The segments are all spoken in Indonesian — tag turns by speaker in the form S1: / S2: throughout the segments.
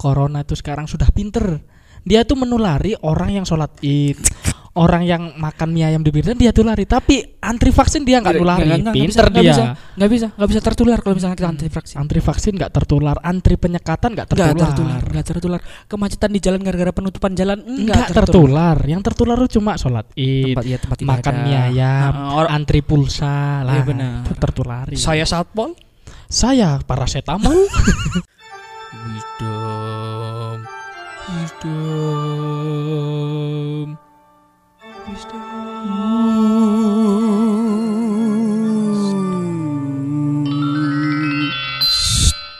S1: corona itu sekarang sudah pinter dia tuh menulari orang yang sholat id orang yang makan mie ayam di pinggir dia tuh lari tapi antri vaksin dia Iya, nggak nulari pinter
S2: Iya,
S1: dia
S2: nggak bisa, nggak bisa, nggak bisa tertular kalau misalnya kita
S1: Hmm.
S2: anti vaksin.
S1: antri vaksin nggak tertular antri penyekatan nggak
S2: Nggak
S1: tertular
S2: tertular, nggak tertular. Kemacetan di jalan gara-gara penutupan jalan nggak
S1: nggak tertular yang tertular tuh cuma sholat id
S2: Tempat, ya, tempat
S1: makan
S2: ibadah.
S1: mie ayam
S2: Nah, or-
S1: antri pulsa lah
S2: Iya, benar.
S1: tertulari
S2: saya satpol.
S1: saya parasetamol
S2: Wisdom, wisdom, wisdom.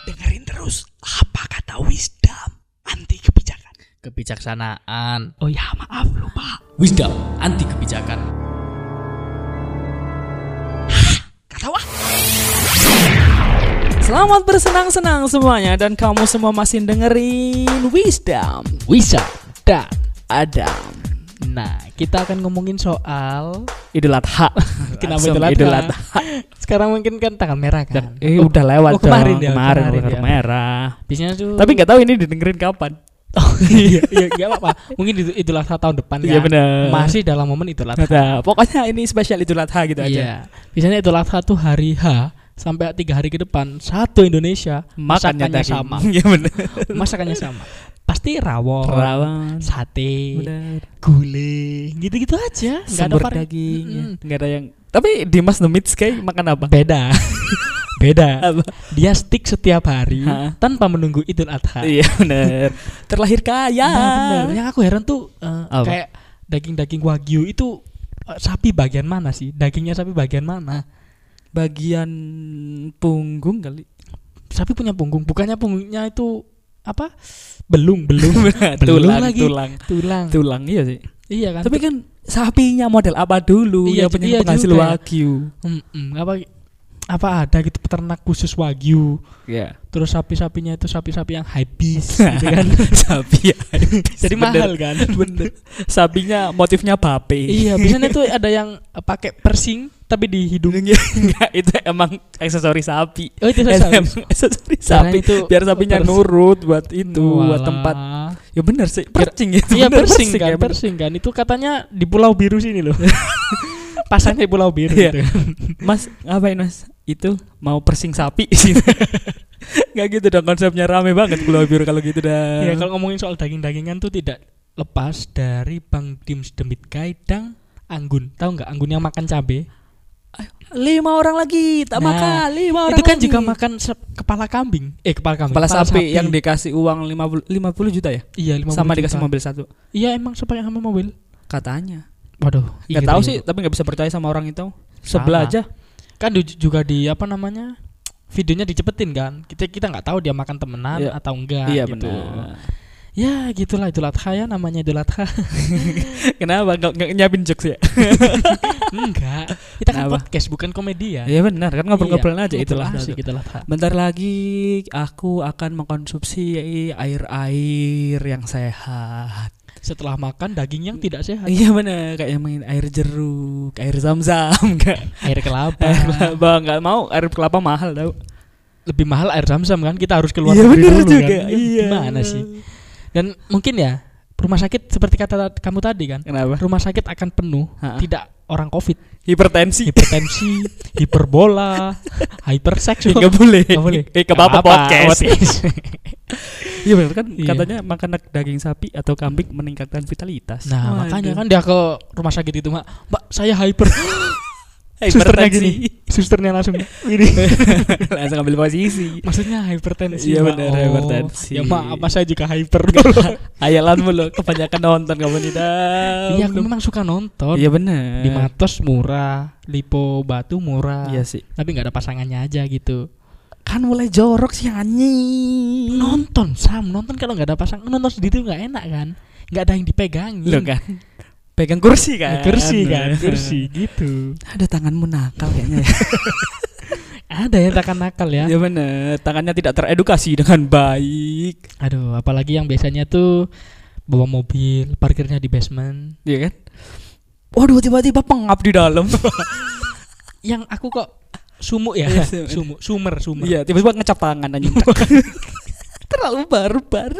S1: dengerin terus apa kata wisdom anti kebijakan
S2: Kebijaksanaan.
S1: oh ya maaf lupa
S2: Wisdom anti kebijakan.
S1: kata wah
S2: ah. Selamat bersenang-senang semuanya dan kamu semua masih dengerin Wisdom
S1: wisa dan
S2: Adam.
S1: nah kita akan ngomongin soal
S2: Idul Adha.
S1: Kenapa
S2: Langsung
S1: Idul Adha?
S2: Idul Adha?
S1: sekarang mungkin kan tanggal merah kan
S2: Eh udah lewat
S1: Oh, kemarin ya,
S2: dong. kemarin,
S1: kemarin
S2: kemarin
S1: ya.
S2: merah.
S1: biasanya tuh
S2: Tapi nggak tahu ini didengerin kapan.
S1: oh, iya iya nggak apa-apa mungkin itu Idul Adha tahun depan
S2: Iya
S1: kan
S2: benar.
S1: masih dalam momen Idul Adha
S2: Ada. Pokoknya ini spesial Idul Adha gitu aja.
S1: Iya. Biasanya Idul Adha tuh hari H sampai tiga hari ke depan satu Indonesia masakannya
S2: Makannya tadi.
S1: sama, Oh.
S2: Iya benar.
S1: masakannya sama. Pasti rawon,
S2: Perawan.
S1: sate,
S2: Benar.
S1: gulai, gitu-gitu aja. Nggak
S2: Sumber
S1: vari-
S2: dagingnya.
S1: Mm-mm.
S2: Nggak ada yang. Tapi Dimas the Mitch kayak makan apa?
S1: Beda. Beda.
S2: Apa?
S1: Dia stick setiap hari
S2: Ha.
S1: tanpa menunggu Idul Adha.
S2: Iya benar. Terlahir kaya.
S1: Nah, bener. Yang aku heran tuh eh,
S2: Iya. Apa?
S1: kayak daging-daging wagyu itu eh, sapi bagian mana sih? Dagingnya sapi bagian mana?
S2: Bagian punggung kali.
S1: Sapi punya punggung, bukannya punggungnya itu apa? Belung, belung.
S2: tulang,
S1: lagi.
S2: tulang,
S1: tulang.
S2: tulang iya sih.
S1: Iya kan?
S2: Tapi kan sapinya model apa dulu
S1: Iya,
S2: yang punya
S1: iya
S2: penghasil
S1: juga.
S2: wagyu?
S1: Mm-mm, Hmm, apa apa ada gitu peternak khusus wagyu?
S2: Iya.
S1: Terus sapi-sapinya itu sapi-sapi yang habis gitu kan.
S2: Sapi.
S1: Jadi mahal kan?
S2: Bener. Sapinya motifnya bape.
S1: iya, biasanya tuh ada yang eh, pakai persing tapi di hidung.
S2: Enggak, itu emang aksesoris sapi.
S1: Oh, itu
S2: Emang
S1: sapi.
S2: aksesoris
S1: Karena
S2: sapi.
S1: itu
S2: Biar sapinya
S1: pers-
S2: nurut buat itu, buat
S1: Walah.
S2: tempat. Ya bener sih, percing itu.
S1: Iya,
S2: bener,
S1: persing kan,
S2: ya, bener.
S1: persing kan. Itu katanya di Pulau Biru sini loh. Pasangnya di Pulau Biru
S2: Iya.
S1: gitu.
S2: Mas, ngapain mas? Itu mau persing sapi. Enggak gitu dong konsepnya rame banget Pulau Biru kalau gitu dah.
S1: Iya, kalau ngomongin soal daging-dagingan tuh tidak lepas dari Bang Dims Demit Gaidang Anggun. Tahu nggak Anggun yang makan cabe?
S2: lima orang lagi tak
S1: Nah,
S2: makan lima orang
S1: itu kan
S2: lagi.
S1: juga makan se- kepala kambing eh kepala kambing
S2: kepala sapi, yang dikasih uang 50 50 juta ya
S1: iya 50
S2: sama
S1: juta.
S2: dikasih mobil satu
S1: iya emang sepakai sama mobil Iya,
S2: katanya
S1: waduh
S2: nggak tahu sih tapi nggak bisa percaya sama orang itu sebelah
S1: Sama.
S2: aja
S1: kan du- juga di apa namanya videonya dicepetin kan kita kita nggak tahu dia makan temenan
S2: Iya.
S1: atau enggak gitu
S2: benar.
S1: ya gitulah Idul Adha ya namanya Idul Adha
S2: kenapa nggak nggak nyiapin jokes ya
S1: enggak kita kan
S2: Kenapa?
S1: podcast bukan komedi ya
S2: iya benar kan ngobrol-ngobrol aja itulah
S1: sih Idul Adha
S2: bentar lagi aku akan mengkonsumsi air-air yang sehat
S1: setelah makan daging yang tidak sehat
S2: iya benar kayak yang main air jeruk air zam-zam Ah. nggak
S1: air kelapa
S2: air kelapa nggak mau air kelapa mahal tau
S1: lebih mahal air zam-zam kan kita harus keluar
S2: Iya
S1: negeri
S2: benar
S1: dulu
S2: juga.
S1: kan
S2: Iya.
S1: gimana sih Dan mungkin ya rumah sakit seperti kata kamu tadi kan,
S2: Kenapa?
S1: rumah sakit akan penuh
S2: Ha-ha.
S1: tidak orang covid,
S2: Hipertensi.
S1: hipertensi, hiperbola, hyperseksual.
S2: Nggak boleh.
S1: Nggak boleh.
S2: Eh,
S1: Nggak
S2: apa-apa podcast. Iya benar kan
S1: Iya.
S2: katanya makanan daging sapi atau kambing meningkatkan vitalitas.
S1: nah makanya kan dia ke rumah sakit itu mak, mbak saya hyper. Susternya
S2: hipertensi.
S1: gini, susternya langsung.
S2: Langsung ambil posisi.
S1: Maksudnya hipertensi. Oh.
S2: Iya
S1: Mbak.
S2: benar, hipertensi.
S1: Ya maaf, apa saya juga hyper.
S2: Ayalan mulu kebanyakan nonton kamu nih dah.
S1: Iya, aku memang suka nonton.
S2: Iya benar.
S1: Di Matos murah, Lipo Batu murah.
S2: Iya sih.
S1: Tapi nggak ada pasangannya aja gitu.
S2: Kan mulai jorok sih anjing.
S1: nonton sam nonton kalau nggak ada pasang nonton sendiri nggak enak kan nggak ada yang dipegangin
S2: Lo kan. Pegang kursi
S1: Ya,
S2: kan.
S1: kursi kan kursi gitu
S2: Ada tanganmu nakal kayaknya. ya.
S1: ada yang takkan nakal ya
S2: Iya benar. Tangannya tidak teredukasi dengan baik.
S1: aduh apalagi yang biasanya tuh bawa mobil parkirnya di basement
S2: Iya kan? Waduh tiba-tiba pengap di dalam.
S1: yang aku kok sumuk ya
S2: Iya,
S1: sumuk
S2: sumuk.
S1: sumer sumer
S2: Iya, tiba-tiba ngecap tangan anjing. Ter. terlalu barbar.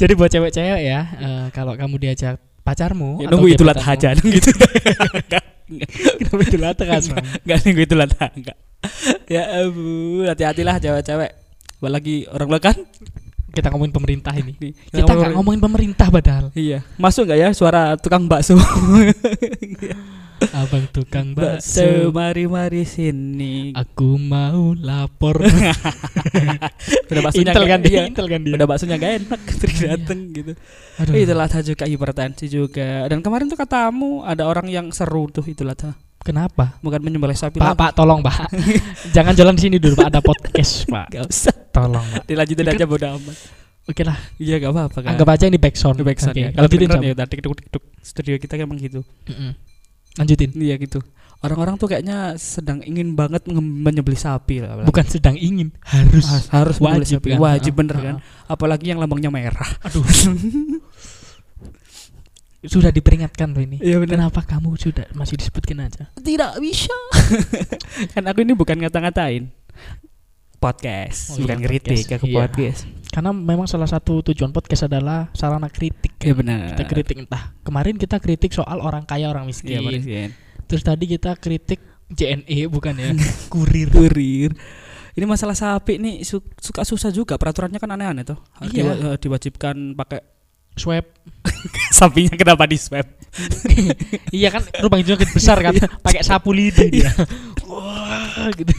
S1: Jadi buat cewek-cewek ya, eh, kalau kamu diajak pacarmu
S2: Ya,
S1: atau
S2: nunggu gitu. itu lah
S1: gebetanmu-
S2: aja, nunggu itu.
S1: Kenapa itu lah tegas, Bang?
S2: Enggak nunggu itu lah enggak. Ya ampun, hati-hatilah cewek-cewek. Apalagi orang lekan.
S1: Kita ngomongin pemerintah ini.
S2: Di-
S1: Kita nggak ngomongin pemerintah padahal.
S2: Iya, masuk nggak ya suara tukang bakso?
S1: Abang tukang
S2: bakso,
S1: bakso,
S2: mari mari sini.
S1: aku mau lapor.
S2: Udah baksonya
S1: intel kan
S2: nggak-
S1: dia,
S2: iya.
S1: intel kan dia.
S2: Udah baksonya gak enak terus dateng gitu.
S1: Aduh.
S2: Itu latah juga hipertensi juga. Dan kemarin tuh katamu ada orang yang seru tuh itu latah.
S1: Kenapa?
S2: Bukan menyembelih sapi
S1: Pak,
S2: lah.
S1: Pak, tolong, Pak. Jangan jalan di sini dulu, Pak. Ada podcast, Pak.
S2: Gak usah.
S1: Tolong, Pak.
S2: Dilanjutin aja bodo amat.
S1: Oke lah,
S2: Iya gak apa-apa kan.
S1: anggap aja ini backsound.
S2: Di back sound
S1: Oke, gitu
S2: ya. Kalau
S1: lanjutin,
S2: beneran
S1: Sam.
S2: ya tadi duk duk duk. studio kita emang gitu.
S1: Mm-mm. Lanjutin.
S2: Iya gitu. Orang-orang tuh kayaknya sedang ingin banget nge- menyembelih sapi lah.
S1: Bukan sedang ingin, harus.
S2: harus, harus menyembelih
S1: Wajib
S2: sapi.
S1: kan?
S2: Wajib
S1: Ah,
S2: bener
S1: ah,
S2: kan. Apalagi yang lambangnya merah.
S1: Aduh. sudah diperingatkan loh ini.
S2: Iya bener.
S1: Kenapa kamu sudah masih disebutkan aja?
S2: Tidak bisa. kan aku ini bukan ngata-ngatain.
S1: Oh
S2: Podcast,
S1: iya,
S2: bukan kritik,
S1: podcast.
S2: aku
S1: Iya.
S2: podcast.
S1: Karena memang salah satu tujuan podcast adalah sarana kritik.
S2: Iya
S1: kan?
S2: benar.
S1: Kita kritik entah. Kemarin kita kritik soal orang kaya orang miskin.
S2: Iya benar.
S1: Terus tadi kita kritik JNE bukan ya? Kurir.
S2: Kurir. Ini masalah sapi nih su- suka susah juga peraturannya kan aneh-aneh tuh.
S1: Iya.
S2: Diwa- eh, diwajibkan pakai
S1: Swab.
S2: sapinya kenapa di swab?
S1: iya kan lubang hidungnya gede besar kan.
S2: Iya.
S1: Pakai sapu lidi dia. Wah gitu.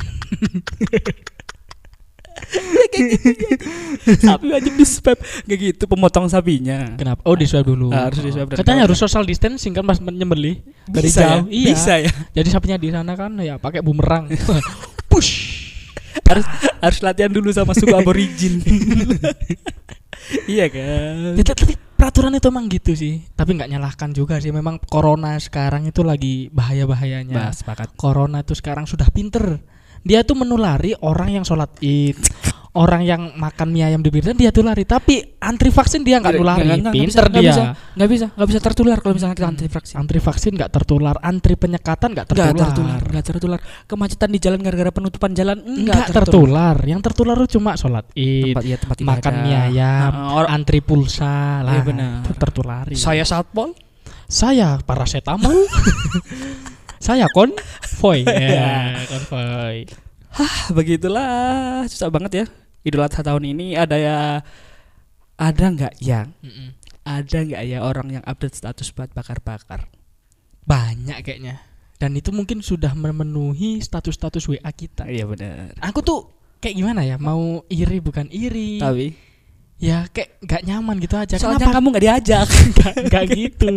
S2: sapi wajib di swab. Gak gitu pemotong sapinya.
S1: Kenapa? Oh di swab dulu.
S2: Ah, harus di swab dan
S1: Katanya
S2: kawan-kawan.
S1: harus social distancing kan pas menyembelih dari
S2: Bisa
S1: jauh.
S2: ya?
S1: Iya.
S2: Bisa ya.
S1: Jadi sapinya di sana kan ya pakai bumerang. Push.
S2: harus harus latihan dulu sama suku aborigin. iya kan.
S1: Ya, tapi- tapi peraturan itu emang gitu sih. Tapi nggak nyalahkan juga sih. Memang corona sekarang itu lagi bahaya bahayanya.
S2: Bahas Ya, sepakat.
S1: Corona tuh sekarang sudah pinter. Dia tuh menulari orang yang sholat id, orang yang makan mie ayam di Biren, dia tuh lari. Tapi antri vaksin dia nggak nulari.
S2: Nggak, nggak, nggak
S1: pinter
S2: bisa, nggak
S1: dia.
S2: bisa. Nggak bisa, nggak bisa tertular kalau misalnya kita antivaksi.
S1: Antri vaksin nggak tertular, antri penyekatan nggak
S2: Nggak
S1: tertular.
S2: tertular, nggak tertular. Kemacetan di jalan gara-gara penutupan jalan
S1: Nggak
S2: nggak tertular.
S1: tertular. Yang tertular tuh cuma sholat id,
S2: Tempat iya tempat ibadah.
S1: makan mie ayam,
S2: Nah, orang-
S1: antri pulsa lah.
S2: Iya, benar.
S1: Itu tertulari.
S2: saya satpol.
S1: Saya parasetamol. saya konvoy.
S2: Iya.
S1: Ya, konvoy.
S2: Ah, begitulah susah banget ya. Idul Adha tahun ini ada ya ada nggak yang
S1: Mm-mm.
S2: ada nggak ya orang yang update status buat bakar-bakar?
S1: Banyak kayaknya. Dan itu mungkin sudah memenuhi status-status WA kita.
S2: Iya benar.
S1: Aku tuh kayak gimana ya? Mau iri bukan iri.
S2: Tapi
S1: Ya kayak nggak nyaman gitu aja.
S2: soalnya kan-
S1: kenapa
S2: kamu nggak diajak.
S1: nggak nggak gitu?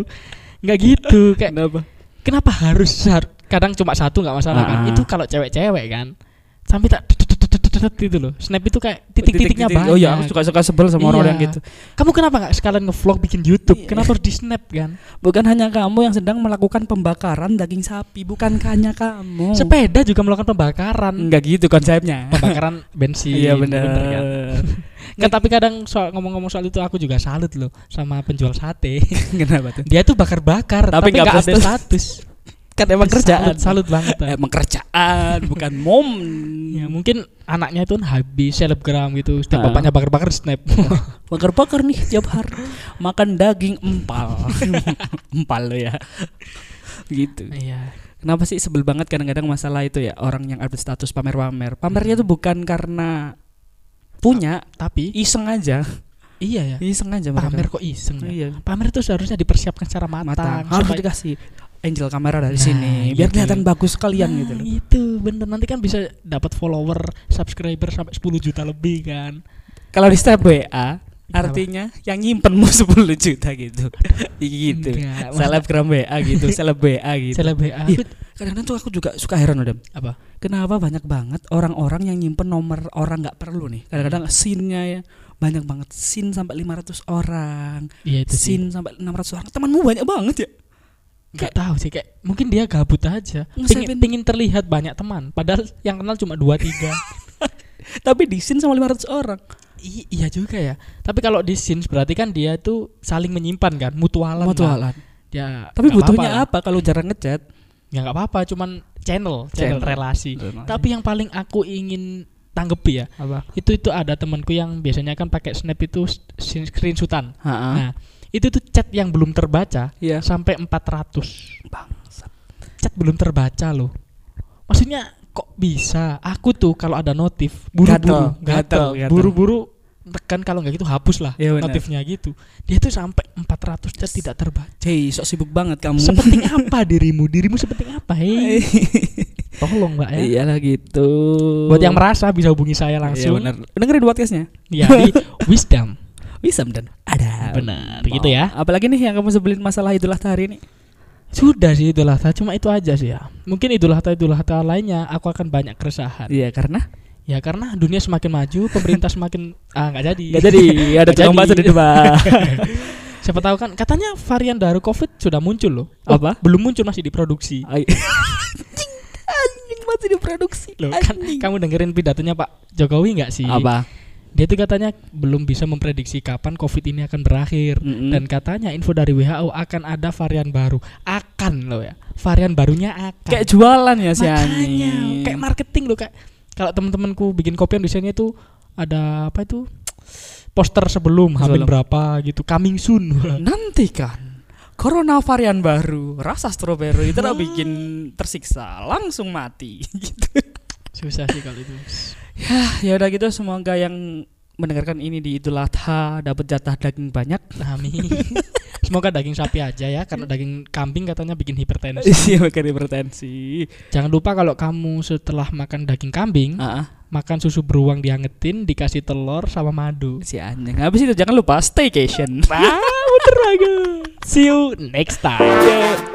S1: Nggak gitu. Kayak
S2: Kenapa?
S1: kenapa harus har- kadang cuma satu nggak masalah kan?
S2: Ah.
S1: Itu kalau cewek-cewek kan. Sampai tak tetetetetetet gitu loh. Snap itu kayak titik-titiknya banyak.
S2: Oh iya, aku suka suka sebel sama
S1: Iya.
S2: orang-orang gitu.
S1: Kamu kenapa nggak sekalian ngevlog bikin YouTube?
S2: Iya.
S1: Kenapa harus di snap kan?
S2: Bukan hanya kamu yang sedang melakukan pembakaran daging sapi, bukan hanya kamu.
S1: Sepeda juga melakukan pembakaran,
S2: Hmm. Enggak gitu konsepnya.
S1: pembakaran bensin.
S2: Iya
S1: kan?
S2: benar.
S1: Kan, tapi kadang soal ngomong-ngomong soal itu aku juga salut loh sama penjual sate.
S2: Kenapa tuh?
S1: Dia tuh bakar-bakar,
S2: Tapi
S1: tapi
S2: nggak
S1: nggak update
S2: update.
S1: status.
S2: Kan emang kerjaan.
S1: Salut, salut banget. ah.
S2: Emang kerjaan, bukan Iya, mom.
S1: Ya, mungkin anaknya itu habis selebgram gitu. Setiap
S2: Ah. Iya.
S1: bapaknya bakar-bakar snap.
S2: Bakar-bakar nih tiap hari. Makan daging empal. empal lo ya. Gitu.
S1: Iya.
S2: Kenapa sih sebel banget kadang-kadang masalah itu ya orang yang update status pamer-pamer. Pamernya tuh bukan karena punya,
S1: Tapi
S2: iseng aja.
S1: iya ya.
S2: Iseng aja mereka.
S1: Pamer kok iseng ya?
S2: Iya.
S1: Pamer itu seharusnya dipersiapkan secara matang.
S2: Matang. Harus
S1: supaya-
S2: dikasih angel kamera dari
S1: Nah,
S2: sini biar
S1: gitu.
S2: kelihatan bagus sekalian gitu loh.
S1: Nah, Itu bener nanti kan bisa dapat follower, subscriber sampai 10 juta lebih kan.
S2: Kalau di step WA artinya yang nyimpenmu 10 juta gitu. gitu.
S1: Enggak,
S2: Selebgram WA gitu, seleb WA
S1: maksudnya
S2: gitu.
S1: Iya. seleb WA.
S2: Iya. Kadang-kadang tuh aku juga suka heran udah.
S1: Apa?
S2: Kenapa banyak banget orang-orang yang nyimpen nomor orang nggak perlu nih. Kadang-kadang scene-nya ya banyak banget scene sampai 500 orang,
S1: Iya itu sih.
S2: scene sampai 600 orang. Temanmu banyak banget ya.
S1: Enggak tahu sih kayak mungkin dia gabut aja. Pingin,
S2: Nge-savein.
S1: pingin terlihat banyak teman, padahal yang kenal cuma 2 3.
S2: Tapi di scene sama 500 orang.
S1: iya juga ya. Tapi kalau di scenes berarti kan dia itu saling menyimpan kan, mutualan. lah.
S2: Mutualan.
S1: Ya,
S2: Tapi
S1: nggak
S2: butuhnya
S1: apa-apa.
S2: apa kalau jarang ngechat?
S1: Ya enggak apa-apa, cuman channel, channel,
S2: Channel.
S1: relasi. Tapi yang paling aku ingin tanggepi ya
S2: Iya. Apa?
S1: itu itu ada temanku yang biasanya kan pakai snap itu s- screenshotan
S2: Ha-ha.
S1: nah itu tuh chat yang belum terbaca
S2: Iya.
S1: sampai 400
S2: Bangsat.
S1: chat belum terbaca loh maksudnya kok bisa aku tuh kalau ada notif
S2: Gatel,
S1: buru-buru
S2: gatel,
S1: gatel,
S2: gatel.
S1: buru-buru tekan kalau nggak gitu hapus lah
S2: Iya, benar.
S1: notifnya gitu dia tuh sampai 400 chat tidak terbaca
S2: Jay, sok sibuk banget kamu.
S1: sepenting apa dirimu dirimu sepenting apa hei
S2: Iya.
S1: tolong mbak ya
S2: Iyalah gitu. Iya,
S1: buat yang merasa bisa hubungi saya
S2: langsung.
S1: langsung
S2: Dengerin podcastnya.
S1: ya di wisdom
S2: Bisa dan ada.
S1: benar gitu ya
S2: Apalagi nih yang kamu sebelin masalah Idul Adha hari ini.
S1: sudah sih idul adha cuma itu aja sih ya mungkin idul adha idul adha lainnya aku akan banyak keresahan
S2: Iya, karena
S1: ya karena dunia semakin maju pemerintah semakin ah nggak jadi
S2: Gak jadi, ada
S1: Nggak
S2: tukang
S1: jadi.
S2: bakso di depan.
S1: siapa tahu kan katanya varian baru covid sudah muncul loh Oh,
S2: Apa?
S1: belum muncul masih diproduksi
S2: Ay- Anjing, anjing masih diproduksi.
S1: loh kan kamu dengerin pidatonya pak jokowi nggak sih
S2: Apa?
S1: dia tuh katanya belum bisa memprediksi kapan covid ini akan berakhir
S2: Mm-mm.
S1: dan katanya info dari WHO akan ada varian baru akan loh ya varian barunya akan
S2: kayak jualan ya si
S1: makanya
S2: anjing.
S1: kayak marketing loh kayak kalau temen-temenku bikin kopian desainnya tuh ada apa itu poster sebelum hamil
S2: Sebelum.
S1: berapa gitu coming soon
S2: Nanti kan Corona varian baru, rasa stroberi itu
S1: Wah.
S2: udah bikin tersiksa, langsung mati. gitu.
S1: susah sih kalau itu
S2: ya udah gitu semoga yang mendengarkan ini di Idul Adha dapat jatah daging banyak.
S1: amin semoga daging sapi aja ya karena daging kambing katanya bikin hipertensi
S2: Iya, makan hipertensi.
S1: jangan lupa kalau kamu setelah makan daging kambing
S2: Heeh,
S1: makan susu beruang diangetin dikasih telur sama madu
S2: si anjing. Habis itu jangan lupa staycation.
S1: ah bener banget see you next time
S2: Yeah.